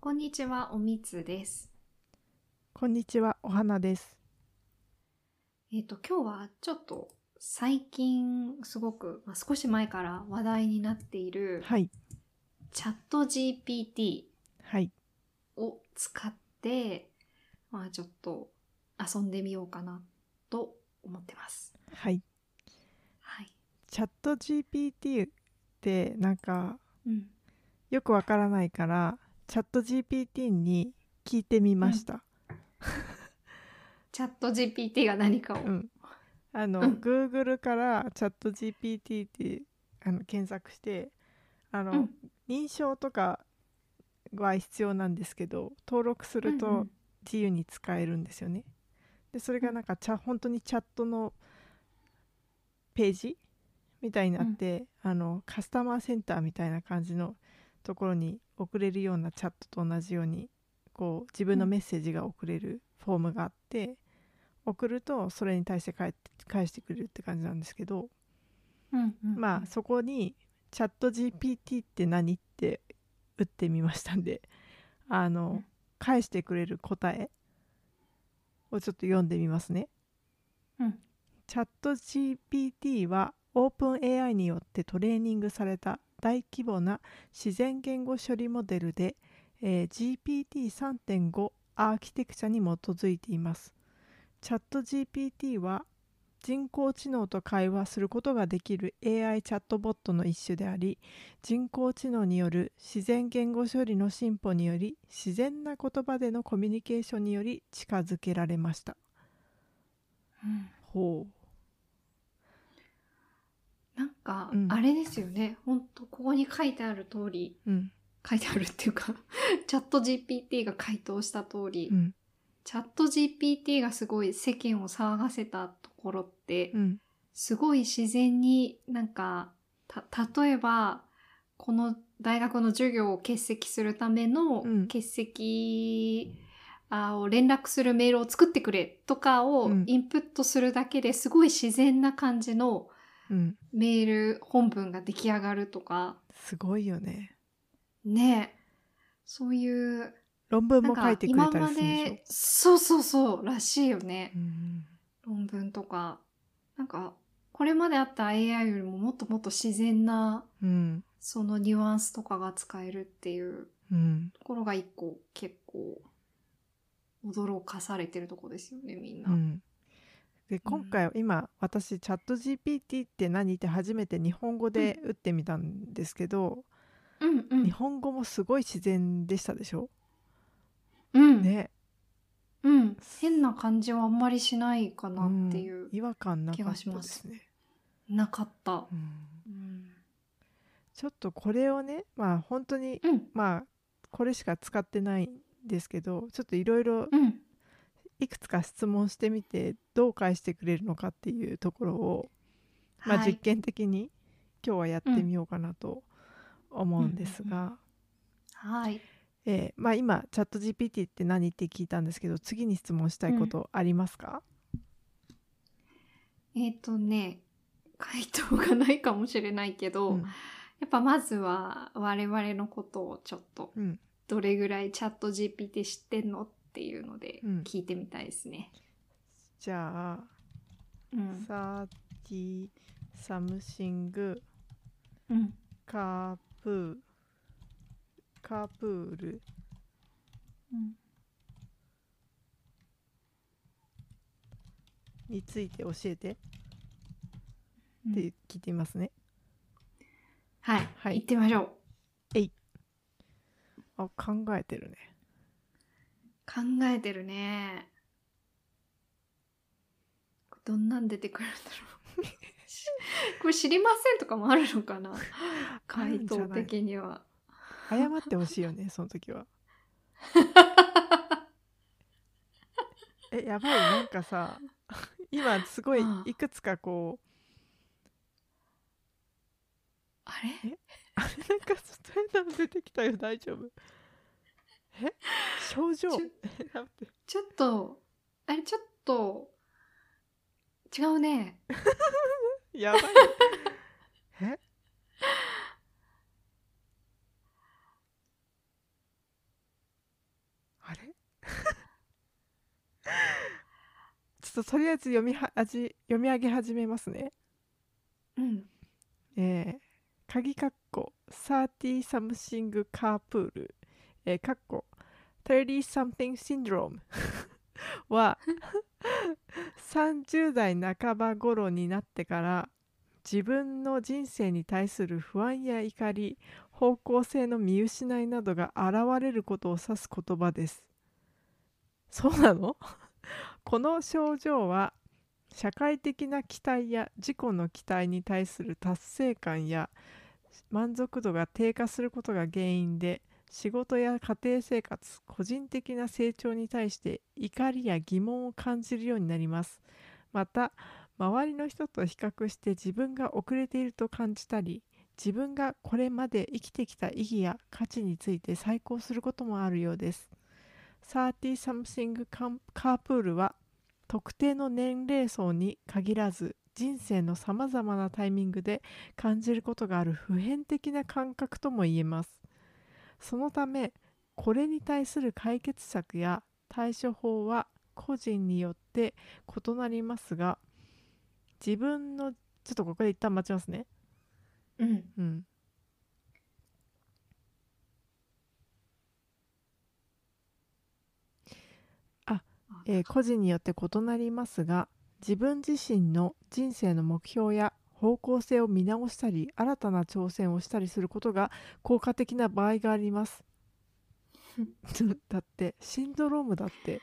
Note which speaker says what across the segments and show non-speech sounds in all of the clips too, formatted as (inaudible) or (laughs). Speaker 1: こんにちは、おみつです。
Speaker 2: こんにちは、お花です。
Speaker 1: えっ、と、今日はちょっと最近すごく、まあ、少し前から話題になっている
Speaker 2: はい、
Speaker 1: チャット GPT
Speaker 2: はい、
Speaker 1: を使って、まあちょっと遊んでみようかなと思ってます。
Speaker 2: はい。
Speaker 1: はい。
Speaker 2: チャット GPT ってなんか
Speaker 1: うん。
Speaker 2: よくわからないから、チャット GPT に聞いてみました。
Speaker 1: チャット GPT が何かを。
Speaker 2: うん。あの、
Speaker 1: うん
Speaker 2: Google からチャット GPT ってあの検索して、あの、
Speaker 1: うん
Speaker 2: 認証とかは必要なんですけど、登録すると、
Speaker 1: うんうん
Speaker 2: 自由に使えるんですよね。でそれがなんかチャ本当にチャットのページみたいになって、あのカスタマーセンターみたいな感じのところに送れるようなチャットと同じようにこう自分のメッセージが送れるフォームがあって、送るとそれに対して返って返してくれるって感じなんですけど、
Speaker 1: うんうん
Speaker 2: まあそこに「チャット GPT って何?」って打ってみましたんであの、
Speaker 1: うん
Speaker 2: 返してくれる答えをちょっと読んでみますね。
Speaker 1: うん
Speaker 2: チャット GPT は OpenAI によってトレーニングされた大規模な自然言語処理モデルで、えー GPT3.5 アーキテクチャに基づいています。チャット GPT は人工知能と会話することができる AI チャットボットの一種であり人工知能による自然言語処理の進歩により自然な言葉でのコミュニケーションにより近づけられました。
Speaker 1: うん
Speaker 2: ほう
Speaker 1: なんか
Speaker 2: う、ん
Speaker 1: あれですよね。ほんと、ここに書いてある通り、
Speaker 2: うん
Speaker 1: 書いてあるっていうか、 (laughs) チャット GPT が回答した通り、
Speaker 2: うん
Speaker 1: チャット GPT がすごい世間を騒がせたところって、
Speaker 2: うん
Speaker 1: すごい自然になんか、た、例えば、この大学の授業を欠席するための
Speaker 2: うん
Speaker 1: 欠席あを連絡するメールを作ってくれとかを
Speaker 2: うん
Speaker 1: インプットするだけですごい自然な感じの
Speaker 2: うん、
Speaker 1: メール本文が出来上がるとか、
Speaker 2: すごいよね。
Speaker 1: ねえそういう
Speaker 2: 論文
Speaker 1: なん
Speaker 2: も書
Speaker 1: か
Speaker 2: いてくれ
Speaker 1: 今
Speaker 2: たり
Speaker 1: ます
Speaker 2: るんでしょ
Speaker 1: で。そうそうそうらしいよね
Speaker 2: う、ん
Speaker 1: 論文とかなんかこれまであった AI よりももっともっと自然な
Speaker 2: うん
Speaker 1: そのニュアンスとかが使えるっていう
Speaker 2: うん、
Speaker 1: ところが一個結構驚かされてるとこですよねみんな。
Speaker 2: う、ん、で今回は今私チャット GPT って何って初めて日本語で打ってみたんですけど、
Speaker 1: うん、うん
Speaker 2: 日本語もすごい自然でしたでしょ、
Speaker 1: うん、
Speaker 2: ね、
Speaker 1: うん、変な感じはあんまりしないかなっていう、
Speaker 2: ん違和感なか
Speaker 1: 気
Speaker 2: った
Speaker 1: が
Speaker 2: で
Speaker 1: します
Speaker 2: すね。
Speaker 1: なかった。
Speaker 2: う
Speaker 1: う
Speaker 2: ん
Speaker 1: ん、
Speaker 2: ちょっとこれをねまあ本当に
Speaker 1: うん、
Speaker 2: まあこれしか使ってないんですけどちょっといろいろ
Speaker 1: うん、
Speaker 2: いくつか質問してみてどう返してくれるのかっていうところを、まあ、
Speaker 1: はい
Speaker 2: 実験的に今日はやってみようかなと思うんですが、
Speaker 1: はい、
Speaker 2: えーまあ、今チャット GPT って何って聞いたんですけど次に質問したいことありますか、
Speaker 1: えっ、とね回答がないかもしれないけ
Speaker 2: う
Speaker 1: ど、
Speaker 2: ん
Speaker 1: やっぱまずは我々のことをちょっと
Speaker 2: うん
Speaker 1: どれぐらいチャット GPT 知ってんのっていうので
Speaker 2: うん
Speaker 1: 聞いてみたいですね。
Speaker 2: じゃあ
Speaker 1: うん。
Speaker 2: 30 something
Speaker 1: うん。
Speaker 2: カープーカープール
Speaker 1: うん
Speaker 2: について教えてって聞いてみますね。
Speaker 1: はい、
Speaker 2: はい
Speaker 1: 行ってみましょう。
Speaker 2: あ考えてるね。
Speaker 1: 考えてるね。どんなん出てくるんだろ
Speaker 2: (laughs)
Speaker 1: う。しこれ知りませんとかもあるのかな回
Speaker 2: ある
Speaker 1: 答
Speaker 2: んじゃない
Speaker 1: 的には。
Speaker 2: 謝ってほしいよねその時はえやばいなんかさ今すごい
Speaker 1: ああ
Speaker 2: いくつかこう
Speaker 1: あれ
Speaker 2: あれなんかちょっと変なの出てきたよ大丈夫え症状
Speaker 1: ちょ
Speaker 2: え待って
Speaker 1: ちょっと、あれちょっと、違うね。
Speaker 2: (laughs) やばいえ (laughs) ちょっととりあえず読みはあじ読み上げ始めますね。
Speaker 1: うん。
Speaker 2: えー、鍵括弧30 something carpool、えー、括弧30 something syndrome (laughs) は30代半ば頃になってから自分の人生に対する不安や怒り方向性の見失いなどが現れることを指す言葉ですそうなの (laughs) この症状は社会的な期待や自己の期待に対する達成感や満足度が低下することが原因で仕事や家庭生活個人的な成長に対して怒りや疑問を感じるようになりますまた周りの人と比較して自分が遅れていると感じたり自分がこれまで生きてきた意義や価値について再考することもあるようです30 something カンカープールは特定の年齢層に限らず人生のさまざまなタイミングで感じることがある普遍的な感覚とも言えますそのためこれに対する解決策や対処法は個人によって異なりますが自分のちょっとここで一旦待ちますね
Speaker 1: うん。
Speaker 2: うんえー個人によって異なりますが自分自身の人生の目標や方向性を見直したり新たな挑戦をしたりすることが効果的な場合がありますだってシンドロームだって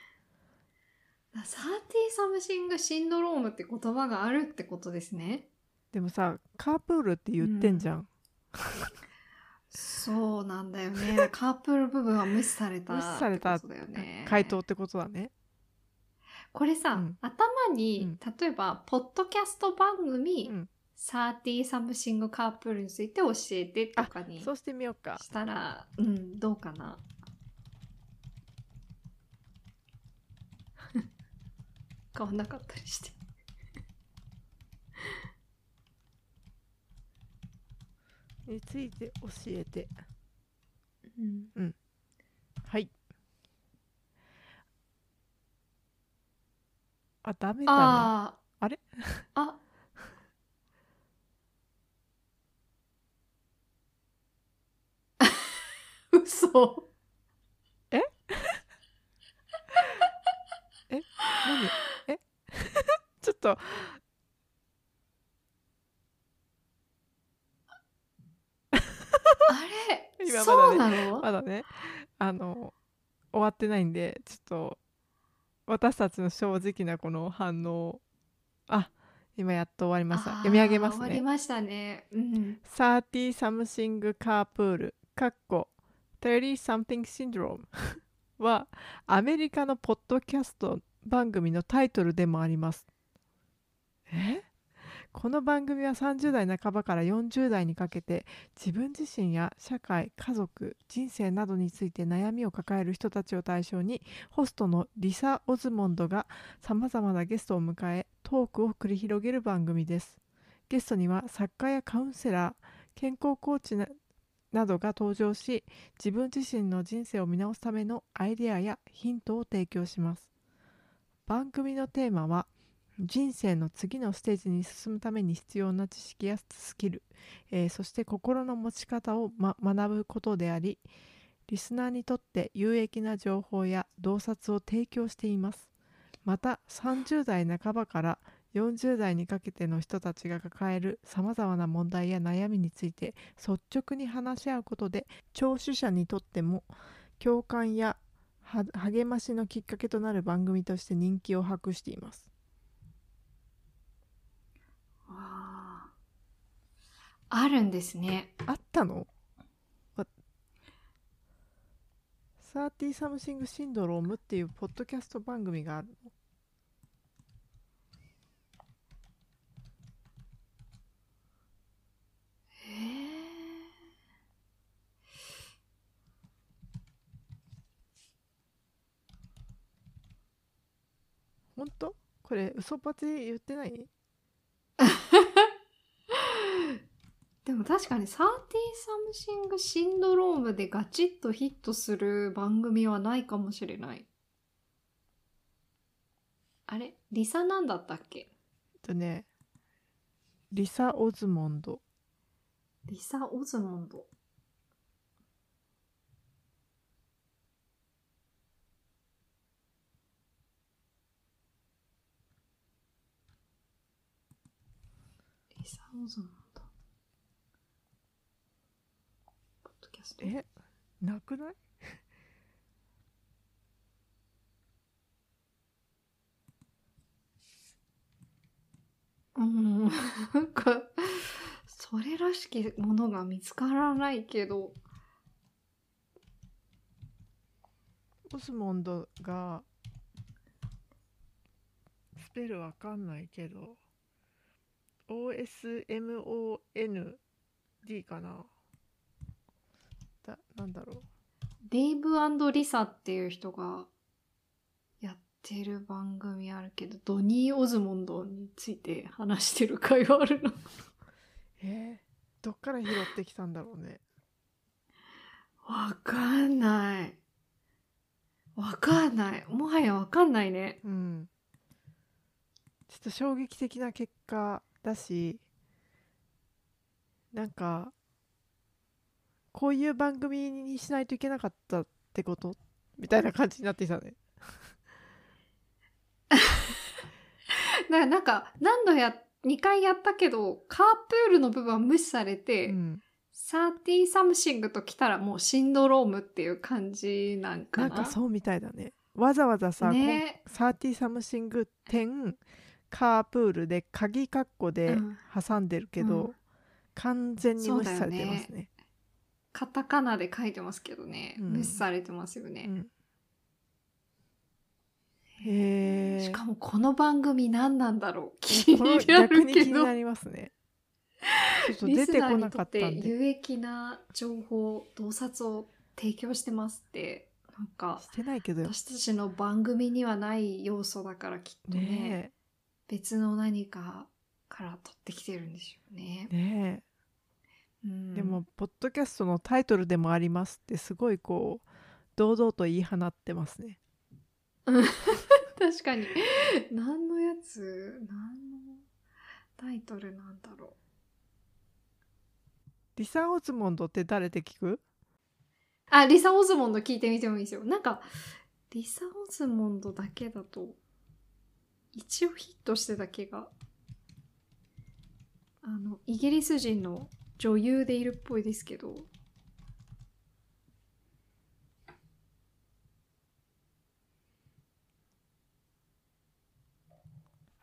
Speaker 1: サーティーサムシングシンドロームって言葉があるってことですね。
Speaker 2: でもさカープールって言ってんじゃん、
Speaker 1: そうなんだよ (laughs) ね。カープル部分は無視された。
Speaker 2: 無視された
Speaker 1: ってことだよね。
Speaker 2: 回答ってことだね
Speaker 1: これさ、
Speaker 2: うん
Speaker 1: 頭
Speaker 2: う
Speaker 1: に
Speaker 2: ん、
Speaker 1: 例えば、ポッドキャスト番組、
Speaker 2: うん
Speaker 1: サーティーサムシングカープルについて教えてとかに
Speaker 2: そうしてみようか
Speaker 1: したら、うん、どうかな。 (laughs) 変わんなかったりして。
Speaker 2: について教えて
Speaker 1: うん、
Speaker 2: はいあダメだね
Speaker 1: ああ。
Speaker 2: あれ (laughs)
Speaker 1: あ。 (laughs) 嘘。
Speaker 2: 何え (laughs) ちょっと
Speaker 1: あ (laughs) れ
Speaker 2: 今まだね
Speaker 1: そうなの、
Speaker 2: まだねあの終わってないんでちょっと私たちの正直なこの反応をあ今やっと終わりました
Speaker 1: あー
Speaker 2: 読み上げます
Speaker 1: 終わり
Speaker 2: ね
Speaker 1: ましたね。うん。
Speaker 2: 30 something carpool かっこ30 something syndrome (laughs) はアメリカのポッドキャスト番組のタイトルでもありますえこの番組は30代半ばから40代にかけて自分自身や社会家族人生などについて悩みを抱える人たちを対象にホストのリサ・オズモンドがさまざまなゲストを迎えトークを繰り広げる番組ですゲストには作家やカウンセラー健康コーチななどが登場し自分自身の人生を見直すためのアイデアやヒントを提供します番組のテーマは人生の次のステージに進むために必要な知識やスキル、えーそして心の持ち方を、ま、学ぶことでありリスナーにとって有益な情報や洞察を提供していますまた30代半ばから40代にかけての人たちが抱えるさまざまな問題や悩みについて率直に話し合うことで聴取者にとっても共感やは励ましのきっかけとなる番組として人気を博しています。
Speaker 1: あーあるんですね。
Speaker 2: あったのサーティーサムシングシンドロームっていうポッドキャスト番組があるの
Speaker 1: へえ。
Speaker 2: 本当これ嘘っぱち言ってない
Speaker 1: でも確かにサーティーサムシングシンドロームでガチッとヒットする番組はないかもしれない。あれリサなんだったっけ
Speaker 2: えっとね、リサ・オズモンド。
Speaker 1: リサ・オズモンド。リサ・オズモンド。ポッドキャスト。
Speaker 2: え、なくない
Speaker 1: うん。なんか、それらしきものが見つからないけど。
Speaker 2: オズモンドが、スペルわかんないけど、OSMOND かな。だ、なんだろう。
Speaker 1: デイブリサっていう人がやってる番組あるけど、ドニー・オズモンドについて話してる会があるの。
Speaker 2: えーどっから拾ってきたんだろうね。
Speaker 1: (laughs) わかんない。わかんない。もはやわかんないね。
Speaker 2: うん、ちょっと衝撃的な結果だしなんかこういう番組にしないといけなかったってことみたいな感じになってきたね。
Speaker 1: ななんか、何度や、2回やったけど、カープールの部分は無視されて、
Speaker 2: うん、
Speaker 1: サーティーサムシングと来たらもうシンドロームっていう感じなんか
Speaker 2: な
Speaker 1: な。
Speaker 2: んかそうみたいだね。わざわざさ、
Speaker 1: ね
Speaker 2: サーティサムシング10カープールで鍵括弧で
Speaker 1: うん
Speaker 2: 挟んでるけど、
Speaker 1: うん
Speaker 2: 完全に無視されてます
Speaker 1: そうだよ
Speaker 2: ね。
Speaker 1: カタカナで書いてますけどね、
Speaker 2: うん
Speaker 1: 無視されてますよね。
Speaker 2: うん、へえ。
Speaker 1: しかもこの番組何なんだろう気
Speaker 2: この
Speaker 1: にな
Speaker 2: 逆
Speaker 1: る
Speaker 2: に
Speaker 1: け
Speaker 2: 気に
Speaker 1: ど
Speaker 2: なりますね。ちょっと
Speaker 1: リ
Speaker 2: 出
Speaker 1: ス
Speaker 2: て
Speaker 1: ナ
Speaker 2: こ
Speaker 1: ー
Speaker 2: な
Speaker 1: に
Speaker 2: か
Speaker 1: と
Speaker 2: っ
Speaker 1: ったて
Speaker 2: んで。
Speaker 1: 有益な情報洞察を提供してますってなんか
Speaker 2: してないけどよ。
Speaker 1: 私たちの番組にはない要素だからきっとね
Speaker 2: ね
Speaker 1: 別の何かから取ってきてるんでしょうね。
Speaker 2: え。ね
Speaker 1: うん
Speaker 2: え。でも、ポッドキャストのタイトルでもありますって、すごいこう、堂々と言い放ってますね。
Speaker 1: (laughs) 確かに何のやつ何のタイトルなんだろう
Speaker 2: リサ・オズモンドって誰って聞く
Speaker 1: あ、リサ・オズモンド聞いてみてもいいですよ。なんか、リサ・オズモンドだけだと、一応ヒットしてた気が。あの、イギリス人の女優でいるっぽいですけど。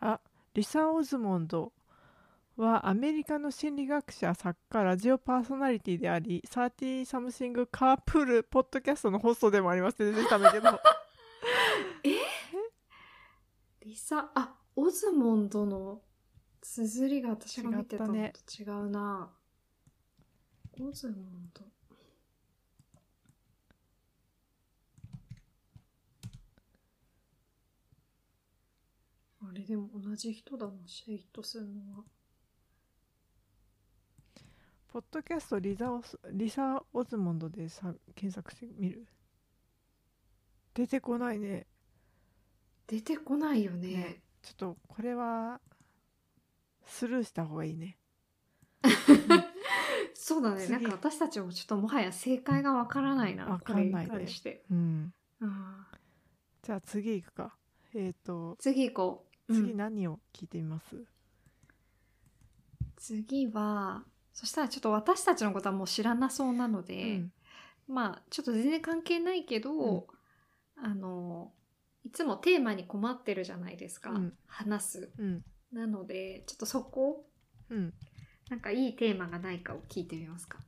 Speaker 2: あ、リサ・オズモンドはアメリカの心理学者、作家、ラジオパーソナリティであり、サーティーサムシングカープールポッドキャストのホストでもありますって出てきたんだけど。
Speaker 1: リサ、あ、オズモンドの綴りが私が見てたのと
Speaker 2: 違っ
Speaker 1: 違うな。オズモンド。あれでも同じ人だな、シェイトするのは。
Speaker 2: ポッドキャストリザオスリサ・オズモンドでさ検索してみる出てこないね
Speaker 1: 出てこないよね。
Speaker 2: ねちょっとこれはスルーした方がいいね
Speaker 1: そうだね、
Speaker 2: 次
Speaker 1: なんか私たちもちょっともはや正解がわからないな、
Speaker 2: わかんないね
Speaker 1: これに関して。
Speaker 2: うん
Speaker 1: うん
Speaker 2: じゃあ次行くかえっ、と
Speaker 1: 次行こう。うん
Speaker 2: 次何を聞いてみます、
Speaker 1: 次はそしたらちょっと私たちのことはもう知らなそうなの
Speaker 2: う
Speaker 1: で、
Speaker 2: ん
Speaker 1: まあちょっと全然関係ないけど、
Speaker 2: うん
Speaker 1: あのいつもテーマに困ってるじゃないですか、
Speaker 2: うん
Speaker 1: 話す
Speaker 2: うん
Speaker 1: なのでちょっとそこ
Speaker 2: うん
Speaker 1: なんかいいテーマがないかを聞いてみますか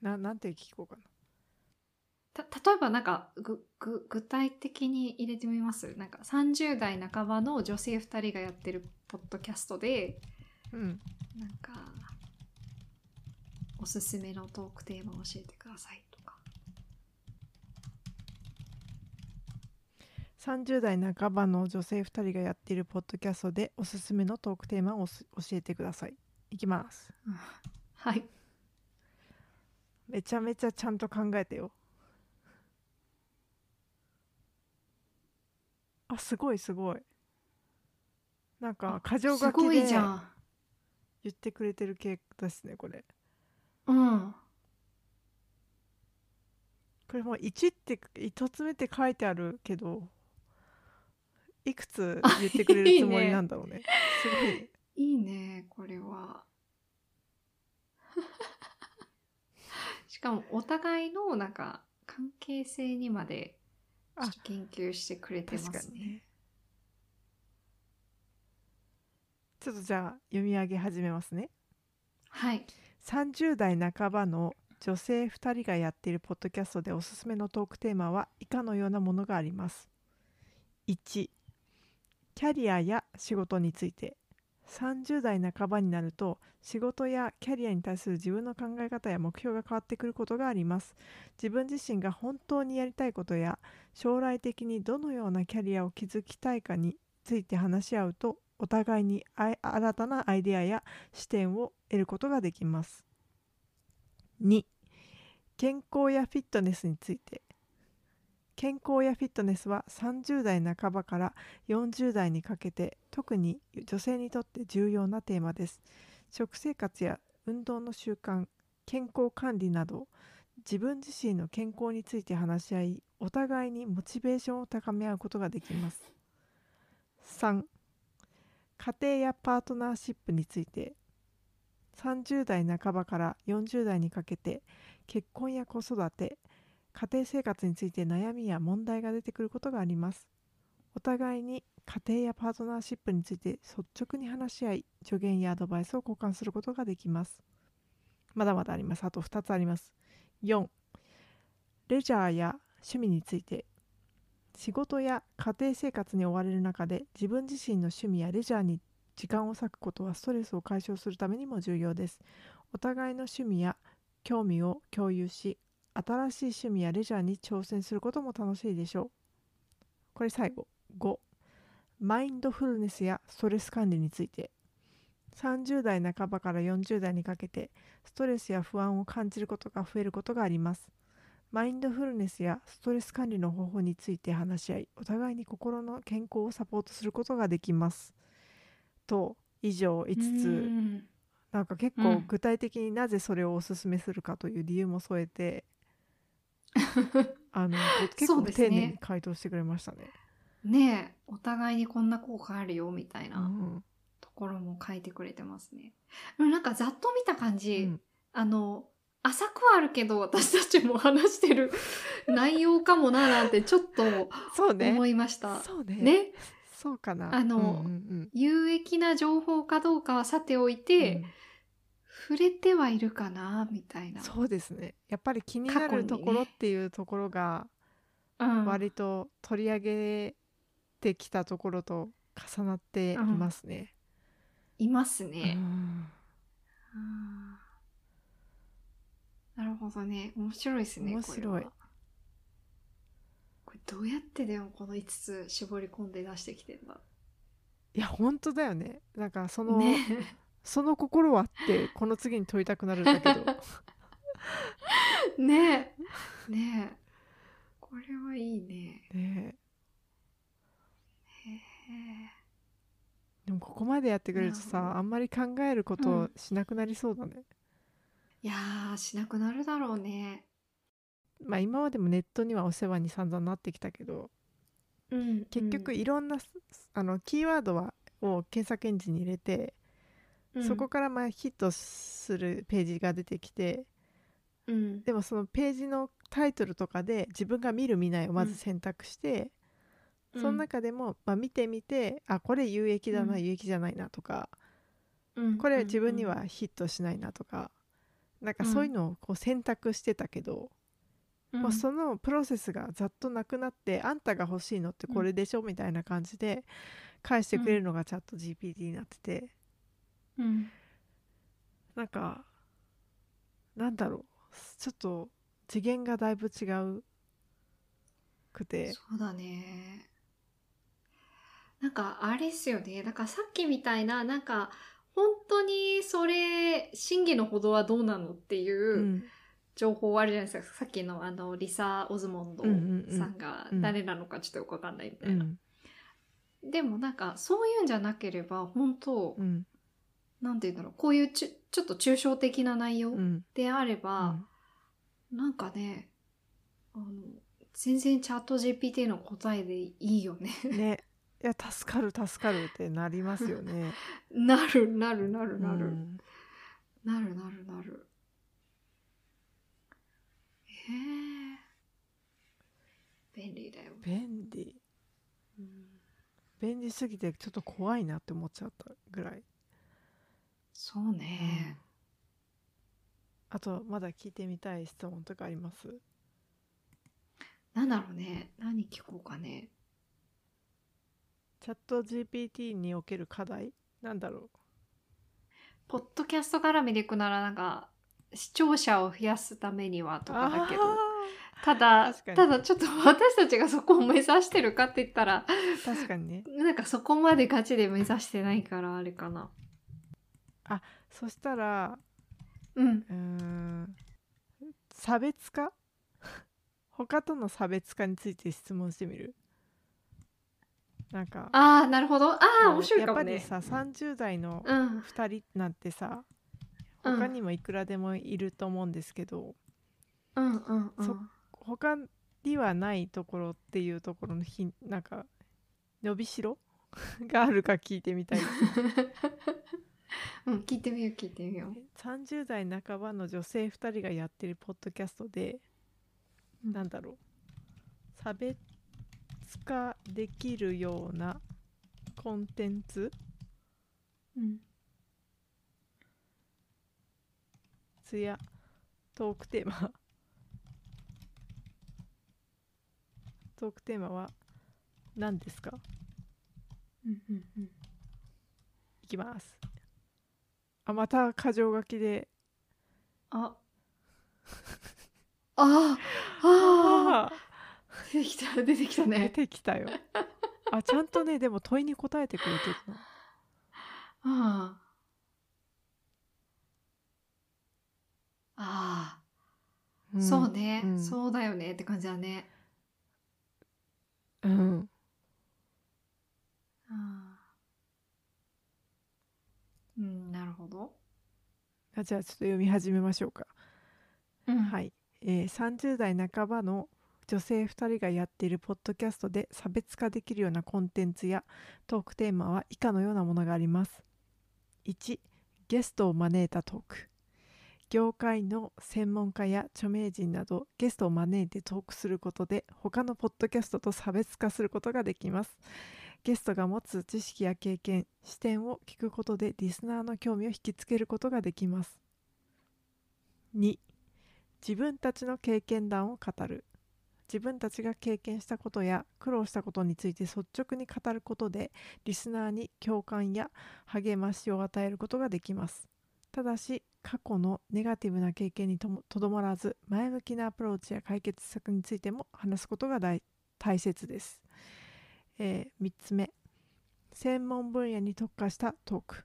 Speaker 2: ななんて聞こうかな
Speaker 1: た例えばなんかぐぐ具体的に入れてみますなんか30代半ばの女性2人がやってるポッドキャストで
Speaker 2: うん
Speaker 1: なんかおすすめのトークテーマを教えてくださいとか
Speaker 2: 30代半ばの女性2人がやっているポッドキャストでおすすめのトークテーマをおす教えてくださいいきます
Speaker 1: (laughs) はい。
Speaker 2: めちゃめちゃちゃんと考えてよあすごいすごいなんか箇条
Speaker 1: す
Speaker 2: 書き
Speaker 1: ごい
Speaker 2: で
Speaker 1: じゃん。
Speaker 2: 言ってくれてる系ですねこれ
Speaker 1: うん。
Speaker 2: これもう1って1つ目って書いてあるけどいくつ言ってくれるつもりなんだろう
Speaker 1: (laughs)
Speaker 2: ね
Speaker 1: いいね、これは。 (laughs) しかも、お互いの、なんか、関係性にまで、ちょっと研究してくれて
Speaker 2: すごい
Speaker 1: ま
Speaker 2: 確
Speaker 1: す
Speaker 2: かに
Speaker 1: ね。
Speaker 2: ねちょっとじゃあ読み上げ始めますね
Speaker 1: はい。
Speaker 2: 30代半ばの女性2人がやっているポッドキャストでおすすめのトークテーマは以下のようなものがあります1キャリアや仕事について30代半ばになると仕事やキャリアに対する自分の考え方や目標が変わってくることがあります自分自身が本当にやりたいことや将来的にどのようなキャリアを築きたいかについて話し合うとお互いにあい新たなアイデアや視点を得ることができます。2健康やフィットネスについて健康やフィットネスは30代半ばから40代にかけて特に女性にとって重要なテーマです。食生活や運動の習慣健康管理など自分自身の健康について話し合いお互いにモチベーションを高め合うことができます。3家庭やパートナーシップについて30代半ばから40代にかけて結婚や子育て家庭生活について悩みや問題が出てくることがありますお互いに家庭やパートナーシップについて率直に話し合い助言やアドバイスを交換することができますまだまだありますあと2つあります4レジャーや趣味について仕事や家庭生活に追われる中で自分自身の趣味やレジャーに時間を割くことはストレスを解消するためにも重要ですお互いの趣味や興味を共有し新しい趣味やレジャーに挑戦することも楽しいでしょうこれ最後5マインドフルネスやストレス管理について30代半ばから40代にかけてストレスや不安を感じることが増えることがありますマインドフルネスやストレス管理の方法について話し合いお互いに心の健康をサポートすることができますと以上5
Speaker 1: う
Speaker 2: つ、
Speaker 1: ん
Speaker 2: なんか結
Speaker 1: う
Speaker 2: 構
Speaker 1: ん
Speaker 2: 具体的になぜそれをおすすめするかという理由も添え
Speaker 1: (laughs)
Speaker 2: て、あのこう結
Speaker 1: そう
Speaker 2: 構
Speaker 1: です
Speaker 2: 丁
Speaker 1: ね
Speaker 2: 寧に回答してくれましたね。
Speaker 1: ねえ、お互いにこんな効果あるよ、みたいうなんところも書いてくれてますね。でもなんかざっと見た感
Speaker 2: う
Speaker 1: じ、
Speaker 2: ん
Speaker 1: あの、浅くはあるけど、私たちも話してる内容かもな、なんてちょっと
Speaker 2: そうね
Speaker 1: 思いました。
Speaker 2: そうね
Speaker 1: ね。
Speaker 2: そうかな
Speaker 1: あの
Speaker 2: うんうん
Speaker 1: 有益な情報かどうかはさておい
Speaker 2: うん
Speaker 1: て、触れてはいるかな、みたい
Speaker 2: うん
Speaker 1: な。
Speaker 2: そうですねやっぱり気にな
Speaker 1: 過去に
Speaker 2: る
Speaker 1: ね
Speaker 2: ところっていうところが
Speaker 1: うん
Speaker 2: 割と取り上げてきたところと重なっていますね。
Speaker 1: います
Speaker 2: う
Speaker 1: ね。
Speaker 2: ん
Speaker 1: うんなるほどね。面白いですね。
Speaker 2: 面白い
Speaker 1: これはこれどうやってでもこの5つ絞り込んで出してきてんだ。
Speaker 2: いや本当だよねなんかその、
Speaker 1: ね。
Speaker 2: その心はってこの次に問いたくなるんだけど
Speaker 1: ねえ。ねえ。これはいいね。
Speaker 2: ねえ
Speaker 1: へえ
Speaker 2: でもここまでやってくれると
Speaker 1: なるほ
Speaker 2: さ
Speaker 1: ど
Speaker 2: あんまり考えるこ
Speaker 1: う
Speaker 2: と
Speaker 1: ん
Speaker 2: しなくなりそうだね、
Speaker 1: いやー、しなくなるだろうね。
Speaker 2: まあ今までもネットにはお世話に散々なってきたけど
Speaker 1: うん。
Speaker 2: 結局いろんな、すあのキーワードはを検索エンジンに入れて、
Speaker 1: うん、
Speaker 2: そこからまあヒットするページが出てきて
Speaker 1: うん。
Speaker 2: でもそのページのタイトルとかで自分が見る見ないをまず選択して、その中でも、まあ、見てみてあこれ有益だな、
Speaker 1: うん
Speaker 2: 有益じゃないなとか
Speaker 1: うん、
Speaker 2: これ自分に
Speaker 1: うん
Speaker 2: はヒットしないなとか、なんかそういうのをこう選択してたけど、
Speaker 1: うん
Speaker 2: まあ、そのプロセスがざっとなくなって、あんたが欲しいのってこれでしょ、みたいな感じで返してくれるのがチャット GPT になってて、
Speaker 1: うん
Speaker 2: なんかなんだろうちょっと次元がだいぶ違うくて
Speaker 1: そうだね。なんかあれっすよね。だからさっきみたいな、なんか本当にそれ、真偽のほどはどうなのって
Speaker 2: う
Speaker 1: いうん情報あるじゃないですか。さっきのあの、リサ・オズモンド
Speaker 2: うんうんうん
Speaker 1: さんが
Speaker 2: うん
Speaker 1: 誰なのかちょっとよくわかんないみた
Speaker 2: う
Speaker 1: いな。
Speaker 2: ん
Speaker 1: でもなんかそういうんじゃなければ本当、
Speaker 2: うん
Speaker 1: なんて言うんだろうこういうちゅちょっと抽象的な内容
Speaker 2: うん
Speaker 1: であれ
Speaker 2: う
Speaker 1: ば、
Speaker 2: ん
Speaker 1: なんかねあの全然チャット GPT の答えでいいよね (laughs)
Speaker 2: ねいや助かる助かるってなりますよね。
Speaker 1: なるなるなる (laughs) なる、
Speaker 2: うん
Speaker 1: なるなるなるへえ便利だよ、
Speaker 2: 便利
Speaker 1: うん
Speaker 2: 便利すぎてちょっと怖いなって思っちゃったぐらい。
Speaker 1: そうね、
Speaker 2: あとまだ聞いてみたい質問とかあります
Speaker 1: なんだろうね何聞こうかね
Speaker 2: チャット GPT における課題なんだろ
Speaker 1: ポッドキャスト絡みでいくならなんか視聴者を増やすためには
Speaker 2: う
Speaker 1: とかだけど
Speaker 2: あ
Speaker 1: ただ
Speaker 2: 確かに
Speaker 1: ただちょっと私たちがそこを目指してるかって言ったら
Speaker 2: ー確かにね
Speaker 1: なんかそこまでガチで目指してないからあれかな
Speaker 2: そしたら
Speaker 1: うん
Speaker 2: うーん差別化他との差別化について質問してみるなんか
Speaker 1: ああなるほどああ
Speaker 2: うん
Speaker 1: 面白いかも
Speaker 2: やっ
Speaker 1: ね
Speaker 2: ぱりさ30代の
Speaker 1: うん
Speaker 2: 2人なんてさ
Speaker 1: うん
Speaker 2: 他にもいくらでもいると思うんですけど、
Speaker 1: うんうんう
Speaker 2: そ
Speaker 1: ん
Speaker 2: 他にはないところっていうところのひなんか伸びしろ (laughs) があるか聞いてみたい
Speaker 1: (laughs) うん聞いてみよう聞いてみよ (laughs) う
Speaker 2: 30代半ばの女性2人がやってるポッドキャストで、
Speaker 1: うん
Speaker 2: なんだろう差別化できるようなコンテンツ
Speaker 1: うん
Speaker 2: ツやトークテーマトークテーマは何ですか
Speaker 1: うんうんうん
Speaker 2: いきますあまた箇条書きで
Speaker 1: ああーあ
Speaker 2: あ
Speaker 1: ー出てきた出てきた
Speaker 2: 出
Speaker 1: ね
Speaker 2: てきたよあちゃんとねでも問いに答えてくれてるの
Speaker 1: ああー、
Speaker 2: ん
Speaker 1: そうね、
Speaker 2: うん
Speaker 1: そうだよねって感じだね。
Speaker 2: うん
Speaker 1: あーうん、なるほど。。
Speaker 2: あじゃあちょっと読み始めましょうかはいい、えー30代半ばの女性2人がやっているポッドキャストで差別化できるようなコンテンツやトークテーマは以下のようなものがあります1ゲストを招いたトーク業界の専門家や著名人などゲストを招いてトークすることで他のポッドキャストと差別化することができますゲストが持つ知識や経験視点を聞くことでリスナーの興味を引きつけることができます2自分たちの経験談を語る自分たちが経験したことや苦労したことについて率直に語ることでリスナーに共感や励ましを与えることができますただし過去のネガティブな経験にともとどまらず前向きなアプローチや解決策についても話すことが大大切です、え3つ目専門分野に特化したトーク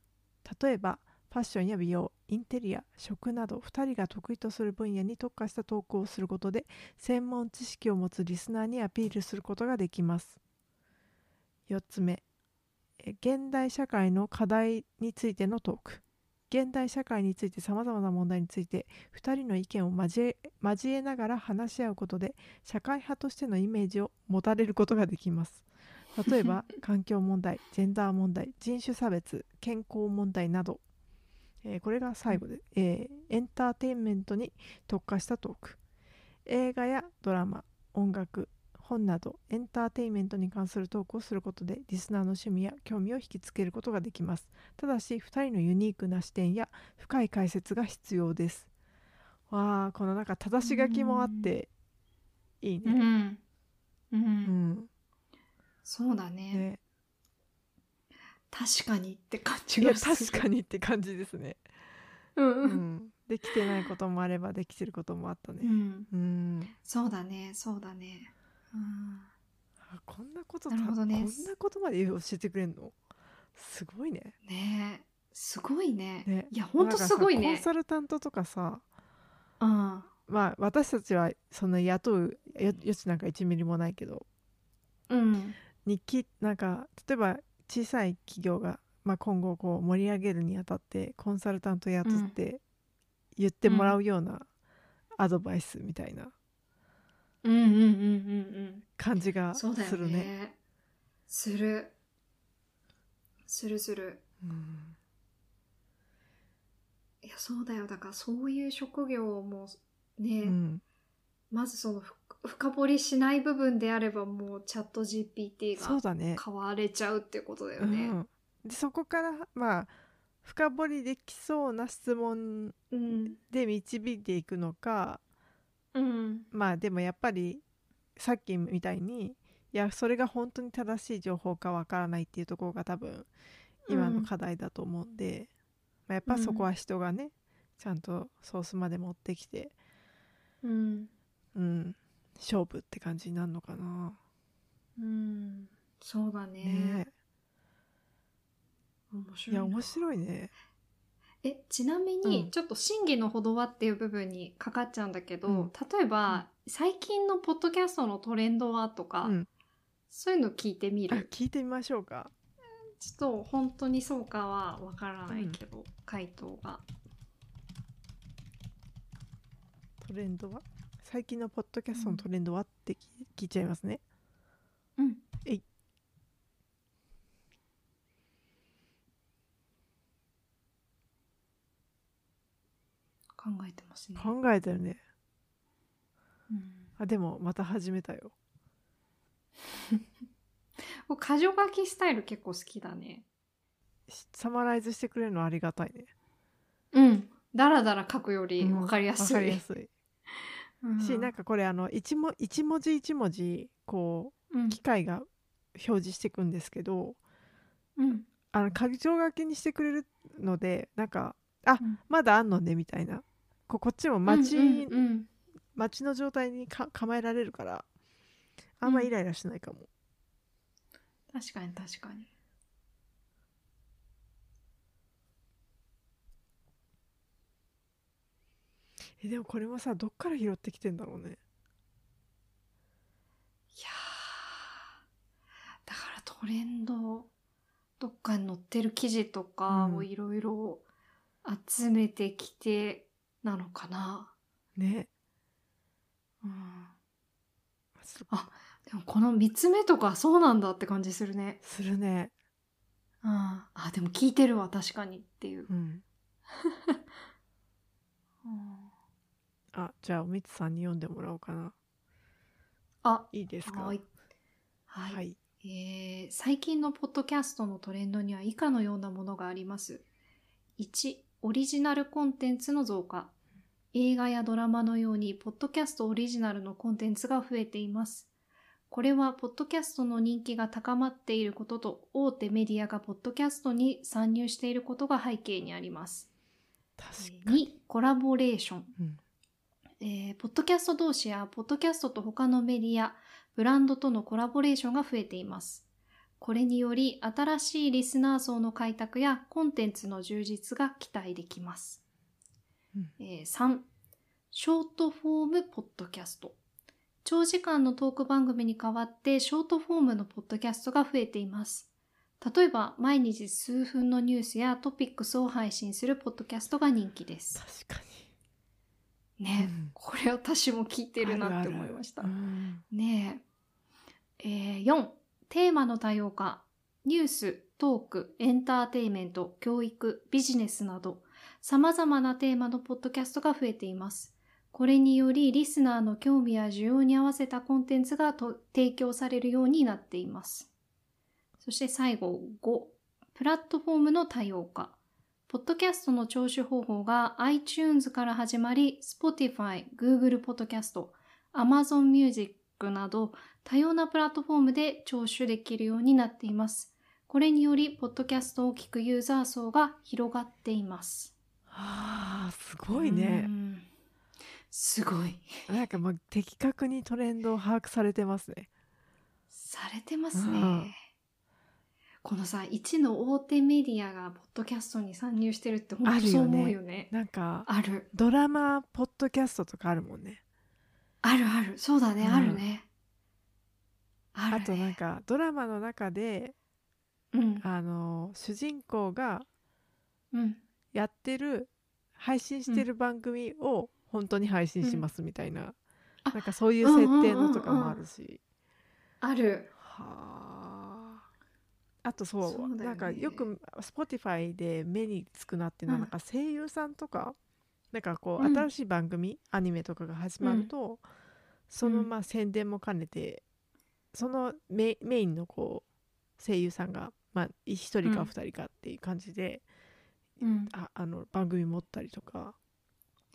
Speaker 2: 例えばファッションや美容インテリア食など2人が得意とする分野に特化したトークをすることで専門知識を持つリスナーにアピールすることができます4つ目え現代社会の課題についてのトーク現代社会についてさまざまな問題について2人の意見を交え交えながら話し合うことで社会派としてのイメージを持たれることができます例えば環境問題ジェンダー問題人種差別健康問題など、えーこれが最後で、えーエンターテインメントに特化したトーク映画やドラマ音楽本などエンターテインメントに関するトークをすることでリスナーの趣味や興味を引きつけることができますただし2人のユニークな視点や深い解説が必要ですわあこのなんか正し書きもあっていいうね
Speaker 1: ん。うん。
Speaker 2: うん
Speaker 1: そうだね
Speaker 2: ね
Speaker 1: 確かにって感じ
Speaker 2: いや
Speaker 1: がする。
Speaker 2: 確かにって感じですね
Speaker 1: うん
Speaker 2: う
Speaker 1: うん。
Speaker 2: んできてないこともあればできてることもあった
Speaker 1: う
Speaker 2: ね
Speaker 1: ん。
Speaker 2: うん
Speaker 1: そうだね、そうだね。うん
Speaker 2: あこんなこと
Speaker 1: なるほどね
Speaker 2: こんなことまで教えてくれんのすごいね
Speaker 1: ねえすごいね
Speaker 2: ね
Speaker 1: いやほんとすごい
Speaker 2: なんか
Speaker 1: ね
Speaker 2: さコンサルタントとかさ
Speaker 1: うん
Speaker 2: まあ私たちはそんな雇うよ余地なんか1ミリもないけど
Speaker 1: うん
Speaker 2: にきなんか例えば小さい企業が、まあ、今後こう盛り上げるにあたってコンサルタントやっつって言ってもらうようなアドバイスみたいな
Speaker 1: うんうんうんうん
Speaker 2: 感じ
Speaker 1: う
Speaker 2: が
Speaker 1: ん。
Speaker 2: す
Speaker 1: そうだよ
Speaker 2: る
Speaker 1: ね。
Speaker 2: ね。
Speaker 1: する。するする。
Speaker 2: うん
Speaker 1: いや、そうだよ。だからそういう職業もね、
Speaker 2: うん
Speaker 1: まずそのふ深掘りしない部分であればもうチャット GPT
Speaker 2: そう
Speaker 1: が
Speaker 2: だね。
Speaker 1: 変われちゃうってことだよ
Speaker 2: う
Speaker 1: ね。
Speaker 2: ん、でそこからまあ深掘りできそうな質問
Speaker 1: うん。
Speaker 2: で導いていくのか
Speaker 1: うん。
Speaker 2: まあでもやっぱりさっきみたいにいやそれが本当に正しい情報かわからないっていうところが多分今の課題だと思うんで、まあ、やっぱそこは人がね、ちゃんとソースまで持ってきて、
Speaker 1: うん。
Speaker 2: うん、勝負って感じになるのかな。
Speaker 1: うん。そうだね。
Speaker 2: ね
Speaker 1: 面
Speaker 2: え
Speaker 1: 白い
Speaker 2: いや
Speaker 1: な。
Speaker 2: 面白いね。
Speaker 1: えちなみ
Speaker 2: うん
Speaker 1: にちょっと真偽のほどはっていう部分にかかっちゃうんだけど、
Speaker 2: うん
Speaker 1: 例えば、最近のポッドキャストのトレンドはとか、
Speaker 2: うん、
Speaker 1: そういうの聞いてみ
Speaker 2: あ
Speaker 1: る
Speaker 2: 聞いてみましょうか。
Speaker 1: ちょっと本当にそうかはわからないけど、回答が
Speaker 2: トレンドは最近のポッドキャストのトレンドはって聞聞いちゃいますね。
Speaker 1: うん
Speaker 2: えい
Speaker 1: 考えてますね、
Speaker 2: 考えてるね。
Speaker 1: うん
Speaker 2: あでもまた始めたよ。
Speaker 1: これ箇条書きスタイル結構好きだね
Speaker 2: しサマライズしてくれるのありがたいね。
Speaker 1: うんだらだら書くより
Speaker 2: うん
Speaker 1: わかりやす
Speaker 2: わか
Speaker 1: い、
Speaker 2: りやすい。
Speaker 1: うん
Speaker 2: しなんかこれあの一文一文字一文字こ
Speaker 1: うん
Speaker 2: う機械が表示していくんですけど、
Speaker 1: うん
Speaker 2: あの拡張書きにしてくれるのでなんかあ、
Speaker 1: うん
Speaker 2: まだあんのねみたいなこうこっちも
Speaker 1: 街
Speaker 2: 待
Speaker 1: うんうん
Speaker 2: ちの状態にか構えられるからあんまイライラしないかも。
Speaker 1: 確かに確かに
Speaker 2: えでもこれもさどっから拾ってきてんだろう
Speaker 1: い
Speaker 2: ね。
Speaker 1: やーだからトレンドどっかに載ってる記事とか
Speaker 2: う
Speaker 1: を
Speaker 2: ん
Speaker 1: いろいろ集めてきてなのかな、
Speaker 2: ね。
Speaker 1: うん、でもこの3つ目とかそうなんだって感じするね、
Speaker 2: するね。
Speaker 1: うん、あでも聞いてるわ確かにっていう、
Speaker 2: うん。
Speaker 1: うん
Speaker 2: あじゃあおみつさんに読んでもらおうかな。
Speaker 1: あ
Speaker 2: いいですか。
Speaker 1: はいはい、
Speaker 2: はい。
Speaker 1: えー最近のポッドキャストのトレンドには以下のようなものがあります。1、オリジナルコンテンツの増加。映画やドラマのように、ポッドキャストオリジナルのコンテンツが増えています。これは、ポッドキャストの人気が高まっていることと、大手メディアがポッドキャストに参入していることが背景にあります。
Speaker 2: 確かに。
Speaker 1: 2、コラボレーション。
Speaker 2: うん
Speaker 1: えーポッドキャスト同士やポッドキャストと他のメディアブランドとのコラボレーションが増えていますこれにより新しいリスナー層の開拓やコンテンツの充実が期待できます、
Speaker 2: うん
Speaker 1: えー3ショートフォームポッドキャスト長時間のトーク番組に代わってショートフォームのポッドキャストが増えています例えば毎日数分のニュースやトピックスを配信するポッドキャストが人気です
Speaker 2: 確かに。
Speaker 1: ね、
Speaker 2: うん
Speaker 1: これ私も聞いてるなって
Speaker 2: あるあ
Speaker 1: 思
Speaker 2: る
Speaker 1: いました。
Speaker 2: うん
Speaker 1: ねえ。えー4、テーマの多様化。ニュース、トーク、エンターテイメント、教育、ビジネスなど、様々なテーマのポッドキャストが増えています。これにより、リスナーの興味や需要に合わせたコンテンツがと提供されるようになっています。そして最後、5、プラットフォームの多様化。ポッドキャストの聴取方法が iTunes から始まり、Spotify、Google Podcast、Amazon Music など多様なプラットフォームで聴取できるようになっています。これにより、ポッドキャストを聞くユーザー層が広がっています。
Speaker 2: あーす
Speaker 1: す
Speaker 2: ごいね。。
Speaker 1: すごい。
Speaker 2: なんかまあ的確にトレンドを把握されてますね。
Speaker 1: されてます
Speaker 2: う
Speaker 1: ね
Speaker 2: ん。
Speaker 1: このさ、一の大手メディアがポッドキャストに参入してるって本
Speaker 2: あ
Speaker 1: 当
Speaker 2: るよね
Speaker 1: そう思うよね。
Speaker 2: なんか
Speaker 1: ある。
Speaker 2: ドラマポッドキャストとかあるもんね。
Speaker 1: あるある。そうだね、
Speaker 2: うん
Speaker 1: あるね。あ
Speaker 2: あ
Speaker 1: る
Speaker 2: あとなんかドラマの中で
Speaker 1: うん
Speaker 2: あの主人公が
Speaker 1: うん
Speaker 2: やってる配信してる番組を本当に配信しますみたいな、
Speaker 1: あ
Speaker 2: なんかそういう設定のとかもあるし、
Speaker 1: ある
Speaker 2: はああとそう
Speaker 1: そうだよね
Speaker 2: なんかよく Spotify で目につくなっていうのは、なんか声優さんとかなんかこう
Speaker 1: うん
Speaker 2: 新しい番組、アニメとかが始まると、その
Speaker 1: うん
Speaker 2: まあ宣伝も兼ねてそのメメインのこう声優さんが、まあ、1人
Speaker 1: う
Speaker 2: か
Speaker 1: ん
Speaker 2: 2人かっていう感じで、
Speaker 1: うん
Speaker 2: ああの番組持ったりとか、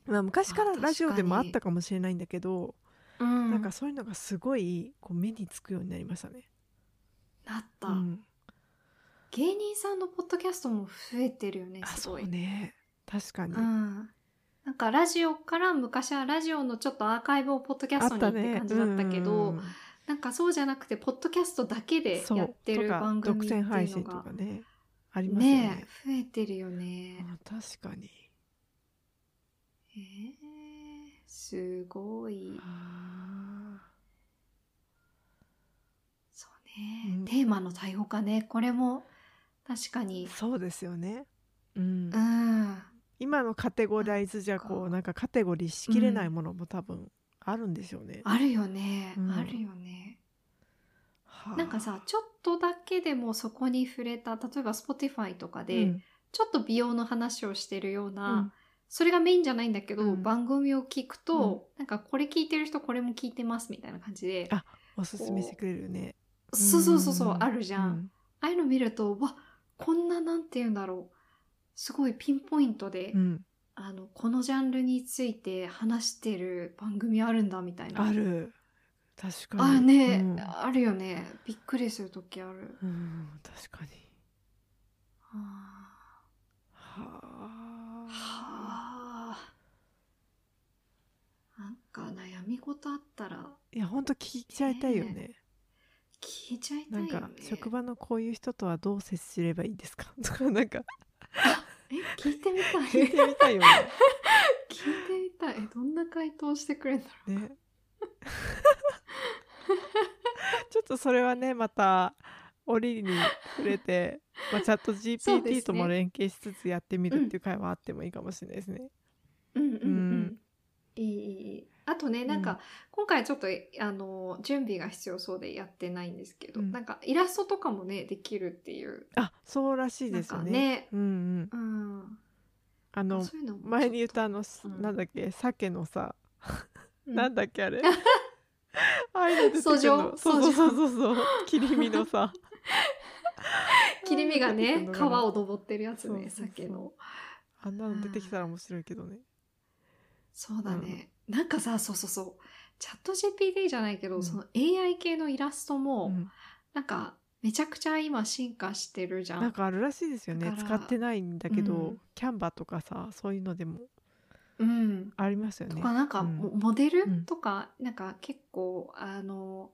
Speaker 2: まあ、昔から
Speaker 1: あ
Speaker 2: ラジオでもあ
Speaker 1: 確かに
Speaker 2: ったかもしれないんだけど、
Speaker 1: うん
Speaker 2: なんかそういうのがすごいこう目につくようになりましたね。
Speaker 1: なった、
Speaker 2: うん
Speaker 1: 芸人さんのポッドキャストも増えてるよね
Speaker 2: あ
Speaker 1: す
Speaker 2: そ
Speaker 1: ごい、
Speaker 2: うね確かに、
Speaker 1: うんなんかラジオから昔はラジオのちょっとアーカイブをポッドキャ
Speaker 2: あ
Speaker 1: スト
Speaker 2: っ
Speaker 1: に
Speaker 2: た
Speaker 1: って
Speaker 2: ね
Speaker 1: 感じだったけど、
Speaker 2: うん
Speaker 1: なんかそうじゃなくてポッドキャストだけで
Speaker 2: そう
Speaker 1: やってる
Speaker 2: とか
Speaker 1: 番組っていう
Speaker 2: 独占
Speaker 1: のが
Speaker 2: 配信とかねありますよね
Speaker 1: ねえ増えてるよね、
Speaker 2: あ確かに
Speaker 1: へえすごい
Speaker 2: あ
Speaker 1: そうね、
Speaker 2: うん
Speaker 1: テーマの多様化ねこれも確か
Speaker 2: ー
Speaker 1: に
Speaker 2: そうですよねうん、
Speaker 1: うん
Speaker 2: 今のカテゴライズじゃこうなんかカテゴリーしきれない
Speaker 1: うん
Speaker 2: ものも多分あるんでしょうね、
Speaker 1: あるよね、
Speaker 2: うん
Speaker 1: あるよね
Speaker 2: はあ
Speaker 1: なんかさちょっとだけでもそこに触れた例えば Spotify とか
Speaker 2: う
Speaker 1: で、
Speaker 2: ん
Speaker 1: ちょっと美容の話をしてるような、
Speaker 2: うん
Speaker 1: それがメインじゃないんだけど、
Speaker 2: うん
Speaker 1: 番組を聞くと、なんかこれ聞いてる人これも聞いてますみたいな感じで
Speaker 2: あおすすめしてくれるね
Speaker 1: そうそうそうそうあるじゃん、
Speaker 2: うん
Speaker 1: ああいうの見るとわこんななんて言うんだろうすごいピンポイントで、
Speaker 2: うん
Speaker 1: あのこのジャンルについて話してる番組あるんだみたいな
Speaker 2: ある確かに
Speaker 1: あね、
Speaker 2: うん
Speaker 1: あるよねびっくりする時ある
Speaker 2: うん、確かに
Speaker 1: あ
Speaker 2: は
Speaker 1: ー
Speaker 2: あ
Speaker 1: はあなんか悩み事あったら
Speaker 2: いや本当聞いちゃいたいよね、
Speaker 1: 聞いちゃいた
Speaker 2: ないん
Speaker 1: よね
Speaker 2: か職場のこういう人とはどう接すればいいですか (laughs) とかな
Speaker 1: (laughs)
Speaker 2: んか
Speaker 1: え聞いて
Speaker 2: (laughs)
Speaker 1: みたい
Speaker 2: 聞
Speaker 1: 聞
Speaker 2: い
Speaker 1: い
Speaker 2: て
Speaker 1: て
Speaker 2: みたいよね。
Speaker 1: みたいえどんな回答してくれるんだろ (laughs)
Speaker 2: ねちょっとそれはねまた折に触れて、まあ、チャッ
Speaker 1: そ
Speaker 2: ト
Speaker 1: うですね
Speaker 2: GPT とも連携しつつやってみるっていう会はあってもいいかもしれないですね。
Speaker 1: ううんうん
Speaker 2: う
Speaker 1: うんんいいいいいいあとねなんか、
Speaker 2: うん
Speaker 1: 今回ちょっとあの準備が必要そうでやってないんですけど、
Speaker 2: うん
Speaker 1: なんかイラストとかもねできるっていう
Speaker 2: あそうらしいですよね。
Speaker 1: なんかね
Speaker 2: うんうん、
Speaker 1: うん
Speaker 2: あの
Speaker 1: そういうのも
Speaker 2: 前に言ったあの、
Speaker 1: うん
Speaker 2: なんだっけ鮭のさ、
Speaker 1: うん
Speaker 2: なんだっけあれ
Speaker 1: (laughs)
Speaker 2: ああいうの出てくる
Speaker 1: 遡
Speaker 2: のそ
Speaker 1: 上
Speaker 2: うそうそうそうそう切り身のさ
Speaker 1: (laughs) 切り身が
Speaker 2: ああいう
Speaker 1: ね
Speaker 2: の出てくるの
Speaker 1: 皮
Speaker 2: かな
Speaker 1: を登ってるやつね
Speaker 2: そうそうそう
Speaker 1: 鮭の
Speaker 2: あんなの出てきたら面白いけどね。
Speaker 1: そうだね、なんかさそうそうそうチャット GPT じゃないけど、
Speaker 2: うん
Speaker 1: その AI 系のイラストも、
Speaker 2: うん
Speaker 1: なんかめちゃくちゃ今進化してるじゃん
Speaker 2: なんかあるらしいですよね
Speaker 1: だか
Speaker 2: 使
Speaker 1: ら
Speaker 2: ってないんだけど、
Speaker 1: うん
Speaker 2: キャンバとかさそういうのでも
Speaker 1: うん
Speaker 2: ありますよ
Speaker 1: と
Speaker 2: ね。
Speaker 1: かなん
Speaker 2: う
Speaker 1: か
Speaker 2: ん
Speaker 1: モモデル
Speaker 2: うん
Speaker 1: とか、なんか結構あの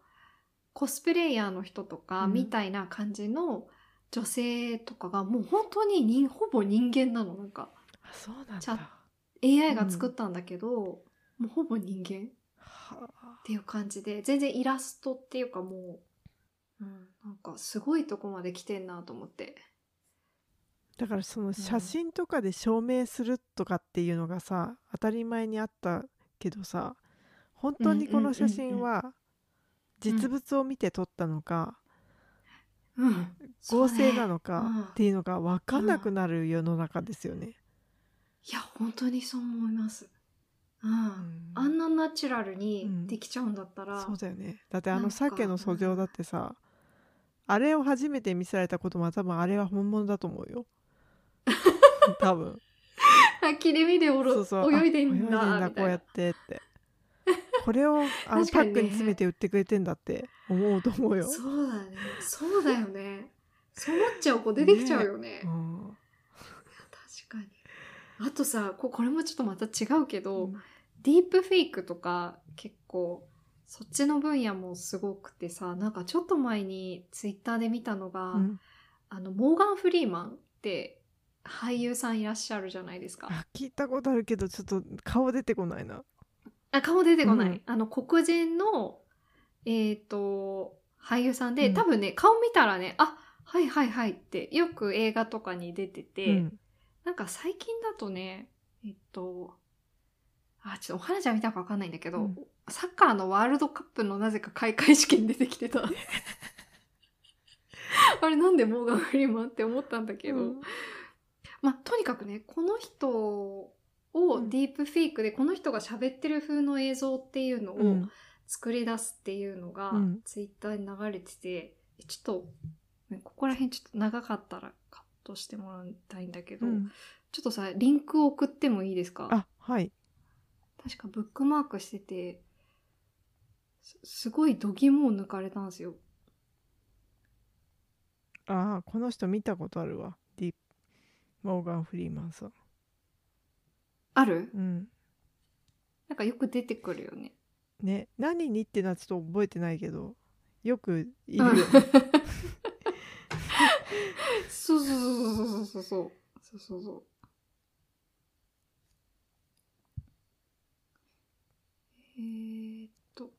Speaker 1: コスプレイヤーの人とか
Speaker 2: うん
Speaker 1: みたいな感じの女性とかがもう本当に人ほぼ人間なのなんか
Speaker 2: あそうなん
Speaker 1: チャッ
Speaker 2: だ。
Speaker 1: AI が作ったんだけど、もうほぼ人間っ
Speaker 2: はあ
Speaker 1: ていう感じで全然イラストっていうかもう、うん、なんかすごいとこまで来てんなと思って
Speaker 2: だからその写真とかで証明するとかっていうのがさ当たり前にあったけどさ本当にこの写真は実物を見て撮ったのか、
Speaker 1: うん
Speaker 2: 合成な
Speaker 1: の
Speaker 2: の
Speaker 1: うん
Speaker 2: かっていうのが分かんなくなる世の中ですよね。
Speaker 1: いや本当にそう思いますうん、
Speaker 2: うん
Speaker 1: あんなナチュラル
Speaker 2: う
Speaker 1: に
Speaker 2: ん
Speaker 1: できちゃうんだったら、
Speaker 2: そうだよねだってあ
Speaker 1: な
Speaker 2: の
Speaker 1: んか
Speaker 2: 鮭の訴状だってさあれを初めて見せられたことも多分あれは本物だと思
Speaker 1: (laughs)
Speaker 2: うよ多分
Speaker 1: あ (laughs) 切れ身でおろ
Speaker 2: そうそうあ
Speaker 1: 泳いでん
Speaker 2: 泳いで
Speaker 1: だみ
Speaker 2: こ
Speaker 1: た
Speaker 2: う
Speaker 1: い
Speaker 2: や
Speaker 1: な
Speaker 2: ってって (laughs) これをあの
Speaker 1: 確
Speaker 2: パ
Speaker 1: かに
Speaker 2: ッ
Speaker 1: ね
Speaker 2: クに詰めて売ってくれてんだって思うと思うよ、
Speaker 1: そうだねそうだよねそう思っちゃう子出てきちゃうよね
Speaker 2: うん
Speaker 1: 確かにあとさここれもちょっとまた違うけど、
Speaker 2: うん
Speaker 1: ディープフェイクとか結構そっちの分野もすごくてさなんかちょっと前にツイッターで見たのが、
Speaker 2: うん
Speaker 1: あのモーガン・フリーマンって俳優さんいらっしゃるじゃないですか
Speaker 2: あ聞いたことあるけどちょっと顔出てこないな
Speaker 1: あ、顔出てこない。
Speaker 2: うん
Speaker 1: あの、黒人の、えっ、と、俳優さんで、
Speaker 2: うん
Speaker 1: 多分ね顔見たらねあはいはいはいってよく映画とかに出てて、
Speaker 2: うん
Speaker 1: なんか最近だとねえっとあちょっとお花ちゃん見たかわかんないんだけど、
Speaker 2: うん
Speaker 1: サッカーのワールドカップのなぜか開会式に出てきてた (laughs) あれなんでモーガン・フリーマンって思ったんだけど、
Speaker 2: うん
Speaker 1: まあとにかくねこの人を
Speaker 2: ん
Speaker 1: ディープフェイクで、この人が喋ってる風の映像っていうのを、
Speaker 2: うん
Speaker 1: 作り出すっていうのが、
Speaker 2: うん
Speaker 1: ツイッターに流れててちょっとねここら辺ちょっと長かったらカットしてもらいたいんだけど、
Speaker 2: うん
Speaker 1: ちょっとさリンクを送ってもいいですか
Speaker 2: あはい
Speaker 1: 確かブックマークしててすすごい度肝を抜かれたんですよ
Speaker 2: あーこの人見たことあるわディモーガン・フリーマンさん、
Speaker 1: ある
Speaker 2: うん、
Speaker 1: なんかよく出てくるよね
Speaker 2: ね何にってのはちょっと覚えてないけどよくいる
Speaker 1: う
Speaker 2: よ
Speaker 1: ん
Speaker 2: ね、
Speaker 1: そうそうそうそうそうそうそうそうそうえーっと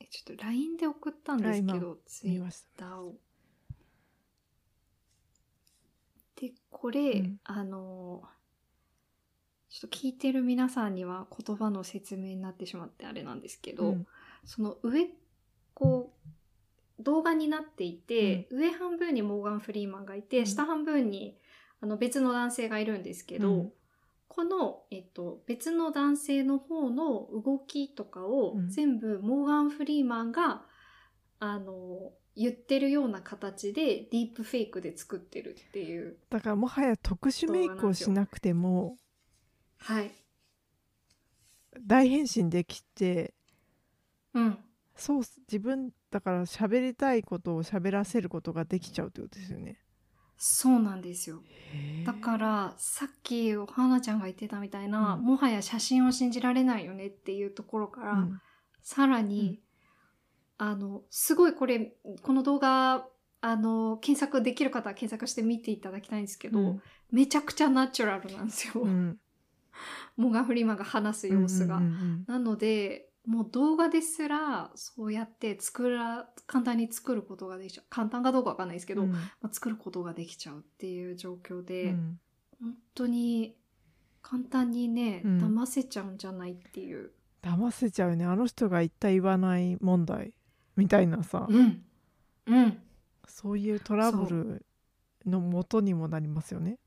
Speaker 1: えちょっと LINE で送ったんです
Speaker 2: あ
Speaker 1: け
Speaker 2: 今
Speaker 1: どツイ
Speaker 2: 見
Speaker 1: ッ
Speaker 2: まし
Speaker 1: タ
Speaker 2: た
Speaker 1: ーをでこれ、
Speaker 2: うん
Speaker 1: あのーちょっと聞いてる皆さんには言葉の説明になってしまってあれなんですけど、
Speaker 2: うん
Speaker 1: その上こう動画になっていて、上半分にモーガン・フリーマンがいて、
Speaker 2: うん
Speaker 1: 下半分にあの別の男性がいるんですけど、
Speaker 2: うん
Speaker 1: この、えっと、別の男性の方の動きとかを
Speaker 2: うん
Speaker 1: 全部モーガン・フリーマンが、あの言ってるような形でディープフェイクで作ってるっていう。
Speaker 2: だからもはや特殊メイクをしなくても
Speaker 1: はい、
Speaker 2: 大変身できて
Speaker 1: うん
Speaker 2: そう自分だから喋りたいことを喋らせることができちゃうってことですよね。
Speaker 1: そうなんですよだかららさっきお花ちゃんが言ってたみたいな、
Speaker 2: うん
Speaker 1: もはや写真を信じられないよねっていうところから、さらに、あのすごいこれこの動画あの検索できる方は検索して見ていただきたいんですけど、めちゃくちゃナチュラルなんですよ、モガフリーマンが話す様子が。なのでもう動画ですらそうやって作ら簡単に作ることができちゃう簡単かどうかわかんないですけ
Speaker 2: け
Speaker 1: ど、まあ、作ることができちゃうっていう状況で。
Speaker 2: うん
Speaker 1: 本当に簡単にね、
Speaker 2: うん
Speaker 1: 騙せちゃうんじゃないっていう、
Speaker 2: 騙せちゃうねあの人が言った言わない問題みたいなさ、
Speaker 1: うんうん、
Speaker 2: そういうトラブルの元にもなりますよね。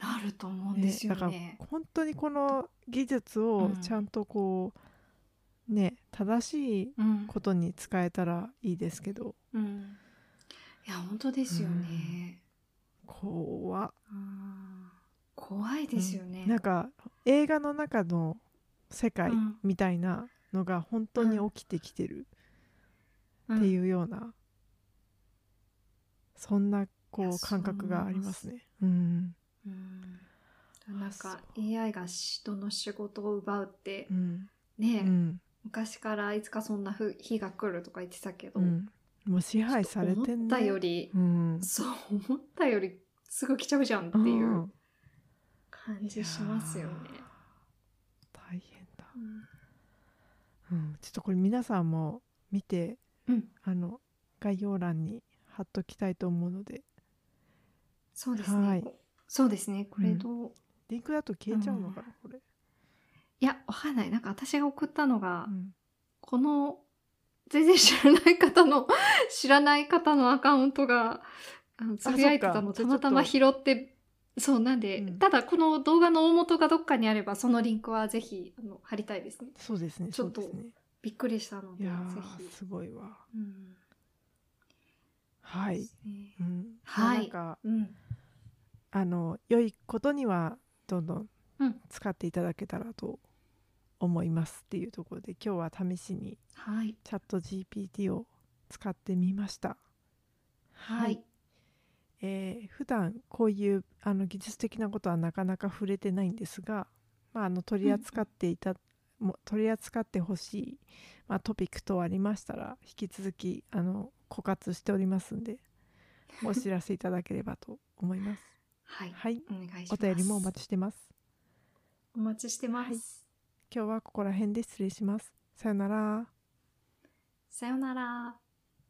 Speaker 1: なると思うん
Speaker 2: ね
Speaker 1: ですよ
Speaker 2: だから
Speaker 1: ね。
Speaker 2: 本当にこの技術をちゃんとこう、ね正しい
Speaker 1: うん
Speaker 2: ことに使えたらいいですけど
Speaker 1: うん、いや本当ですよね。
Speaker 2: 怖っ
Speaker 1: うん怖いですよね。
Speaker 2: なんか映画の中の世界
Speaker 1: うん
Speaker 2: みたいなのが本当に起きてきてるって
Speaker 1: う
Speaker 2: い
Speaker 1: ん
Speaker 2: うような、そんなこ
Speaker 1: いや
Speaker 2: う感覚がありますね。うん
Speaker 1: うんなん
Speaker 2: そ
Speaker 1: か AI が人の仕事を奪うって
Speaker 2: うん
Speaker 1: ね、
Speaker 2: うん
Speaker 1: 昔からいつかそんなふ日が来るとか言ってたけど、
Speaker 2: うんもう支配
Speaker 1: ちょ
Speaker 2: さ
Speaker 1: っと
Speaker 2: れて
Speaker 1: 思
Speaker 2: ん
Speaker 1: った
Speaker 2: ね
Speaker 1: より、
Speaker 2: うん
Speaker 1: そう思ったよりすぐ来ちゃうじゃんっていう。
Speaker 2: うん
Speaker 1: 感じしますよね。
Speaker 2: いやー大変だ、うん、ちょっとこれ皆さんも見て
Speaker 1: うん、
Speaker 2: あの概要欄に貼っときたいと思うので
Speaker 1: そうです
Speaker 2: は
Speaker 1: ね
Speaker 2: い。
Speaker 1: そうですね。これどう、い
Speaker 2: リンクだと消えちゃうのかな、これ、
Speaker 1: やわかんない。なんか私が送ったのが、
Speaker 2: うん
Speaker 1: この全然知らない方の (laughs) 知らない方のアカウントがあのつぶやいてたのた
Speaker 2: そっか
Speaker 1: またま拾って。そうなんで、
Speaker 2: うん
Speaker 1: ただこの動画の大元がどっかにあればそのリンクはぜひあの貼りたいですね
Speaker 2: そうですね
Speaker 1: ちょっと
Speaker 2: そうですね
Speaker 1: びっくりしたの
Speaker 2: い
Speaker 1: でぜ
Speaker 2: や
Speaker 1: ひ
Speaker 2: ー、すごいわ
Speaker 1: うん
Speaker 2: は
Speaker 1: で
Speaker 2: い、
Speaker 1: すね
Speaker 2: うん、
Speaker 1: はい
Speaker 2: なんか
Speaker 1: うん、
Speaker 2: あの良いことにはどんどん
Speaker 1: うん
Speaker 2: 使っていただけたらと思いますっていうところで今日は試しに
Speaker 1: はい
Speaker 2: チャット GPT を使ってみました
Speaker 1: はい
Speaker 2: えー普段こういうあの技術的なことはなかなか触れてないんですが、まあ、あの取り扱っていた、も取り扱ってほしい、まあ、トピック等ありましたら引き続きあの枯渇しておりますんでお知らせいただければと思います。
Speaker 1: はい、
Speaker 2: はい、
Speaker 1: お願いします
Speaker 2: お便りもお待ちしてます。
Speaker 1: お待ちしてます、
Speaker 2: はい今日はここら辺で失礼します。さよなら。
Speaker 1: さよなら。